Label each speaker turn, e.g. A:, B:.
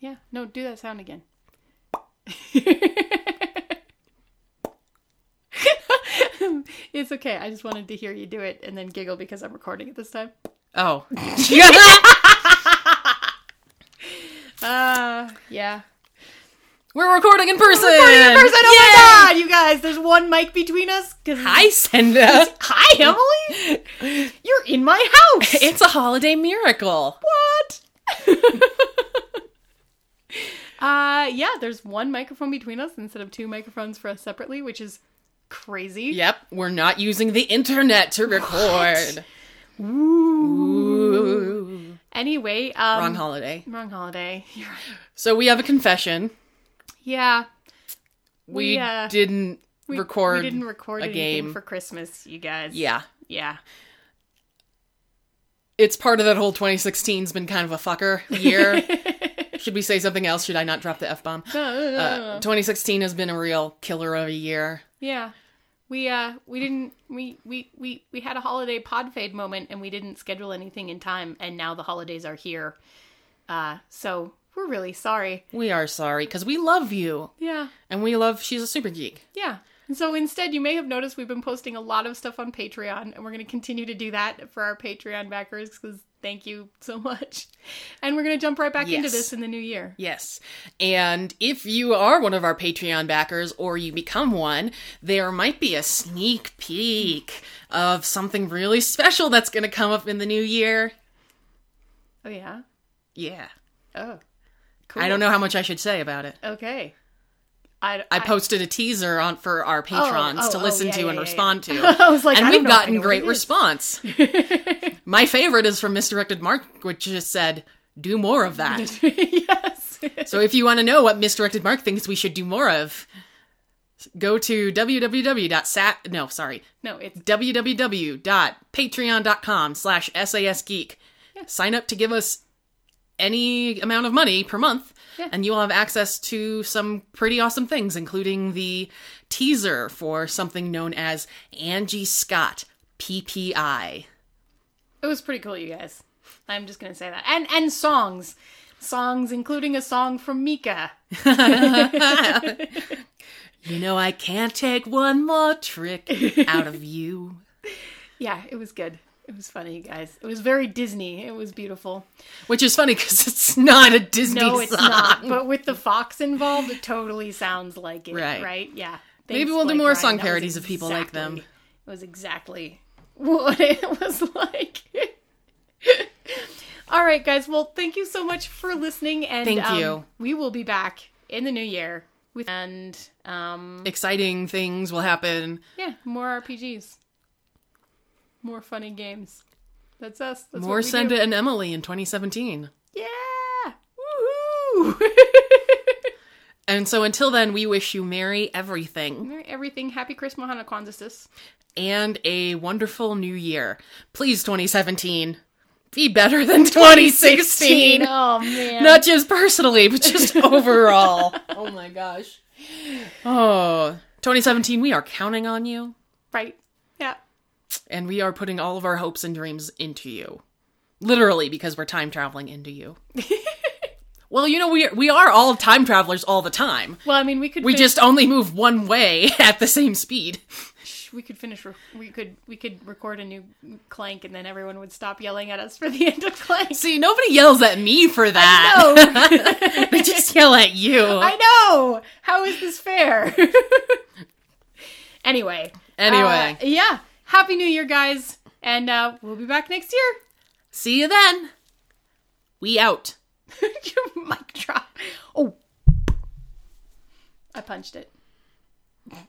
A: Yeah. No, do that sound again. it's okay. I just wanted to hear you do it and then giggle because I'm recording it this time.
B: Oh.
A: Uh, yeah.
B: We're recording in person.
A: First, oh my god, you guys, there's one mic between us. Cause
B: Hi, Senda.
A: Hi, Emily. You're in my house.
B: It's a holiday miracle.
A: what? uh, yeah, there's one microphone between us instead of two microphones for us separately, which is crazy.
B: Yep, we're not using the internet to record. Ooh.
A: Anyway, um,
B: Wrong holiday.
A: wrong holiday. You're right.
B: So we have a confession.
A: Yeah,
B: We,
A: We, uh,
B: didn't
A: we,
B: record.
A: We didn't record
B: a
A: anything
B: game.
A: for Christmas, you guys.
B: Yeah.
A: yeah.
B: It's part of that whole 2016's been kind of a fucker year. Should we say something else? Should I not drop the F bomb?
A: No, no, no, no,
B: Uh,
A: no.
B: 2016 has been a real killer of a year.
A: yeah. We uh we didn't we, we we we had a holiday pod fade moment and we didn't schedule anything in time and now the holidays are here. Uh so we're really sorry.
B: We are sorry because we love you
A: Yeah.
B: and we love She's a Super Geek.
A: Yeah. And so instead, you may have noticed we've been posting a lot of stuff on Patreon, and we're going to continue to do that for our Patreon backers because thank you so much. And we're going to jump right back into
B: Yes.
A: this in the new year.
B: Yes. And if you are one of our Patreon backers or you become one, there might be a sneak peek of something really special that's going to come up in the new year.
A: Oh, yeah?
B: Yeah.
A: Oh. Cool.
B: I don't know how much I should say about it.
A: Okay. I,
B: I posted a teaser on for our patrons
A: oh,
B: to
A: oh,
B: listen
A: yeah,
B: to
A: yeah,
B: and
A: yeah,
B: respond to.
A: I was like,
B: and
A: I don't
B: we've
A: know if I
B: gotten
A: know what
B: great
A: it is.
B: response. My favorite is from Misdirected Mark, which just said, "Do more of that."
A: yes.
B: So if you want to know what misdirected Mark thinks we should do more of, go to www.sat no, sorry,
A: No, it's
B: www.patreon.com slash sasgeek. Sign up to give us any amount of money per month,
A: Yeah.
B: and you'll have access to some pretty awesome things, including the teaser for something known as Angie Scott PPI.
A: It was pretty cool, you guys. I'm just gonna say that. And and songs. Songs, including a song from Mika.
B: You know, I can't take one more trick out of you.
A: Yeah, it was good. It was funny, you guys. It was very Disney. It was beautiful.
B: Which is funny because it's not a Disney
A: No, it's
B: song.
A: not. But with the fox involved, it totally sounds like it.
B: Right.
A: Right. Yeah.
B: Maybe
A: Thanks,
B: we'll do
A: Blake
B: more
A: Ryan.
B: song
A: That was
B: parodies of people like them.
A: exactly- It was exactly what it was like. All right, guys. Well, thank you so much for listening, and
B: Thank
A: um,
B: you.
A: We will be back in the new year with and um,
B: Exciting things will happen.
A: Yeah, more RPGs. More funny games. That's us. That's
B: More
A: what we
B: Senda
A: do.
B: and Emily in 2017.
A: Yeah! Woohoo!
B: And so until then, we wish you merry everything
A: Merry Everything. Happy Christmas, Hana Kwanzaa.
B: and a wonderful new year. Please, 2017, be better than 2016.
A: Oh, man.
B: Not just personally, but just overall. oh my gosh. Oh, 2017, we are counting on you
A: Right. Yeah.
B: and we are putting all of our hopes and dreams into you. Literally, because we're time traveling into you. well, you know, we, we are all time travelers all the time.
A: Well, I mean, we could
B: We
A: finish,
B: just only move one way at the same speed.
A: we could finish re- we could we could record a new Clank and then everyone would stop yelling at us for the end of Clank.
B: See, nobody yells at me for that.
A: No.
B: they just yell at you.
A: I know. How is this fair? anyway.
B: Anyway.
A: Uh, yeah. Happy New Year, guys. And uh, we'll be back next year.
B: See you then. We out.
A: Your mic drop. Oh. I punched it.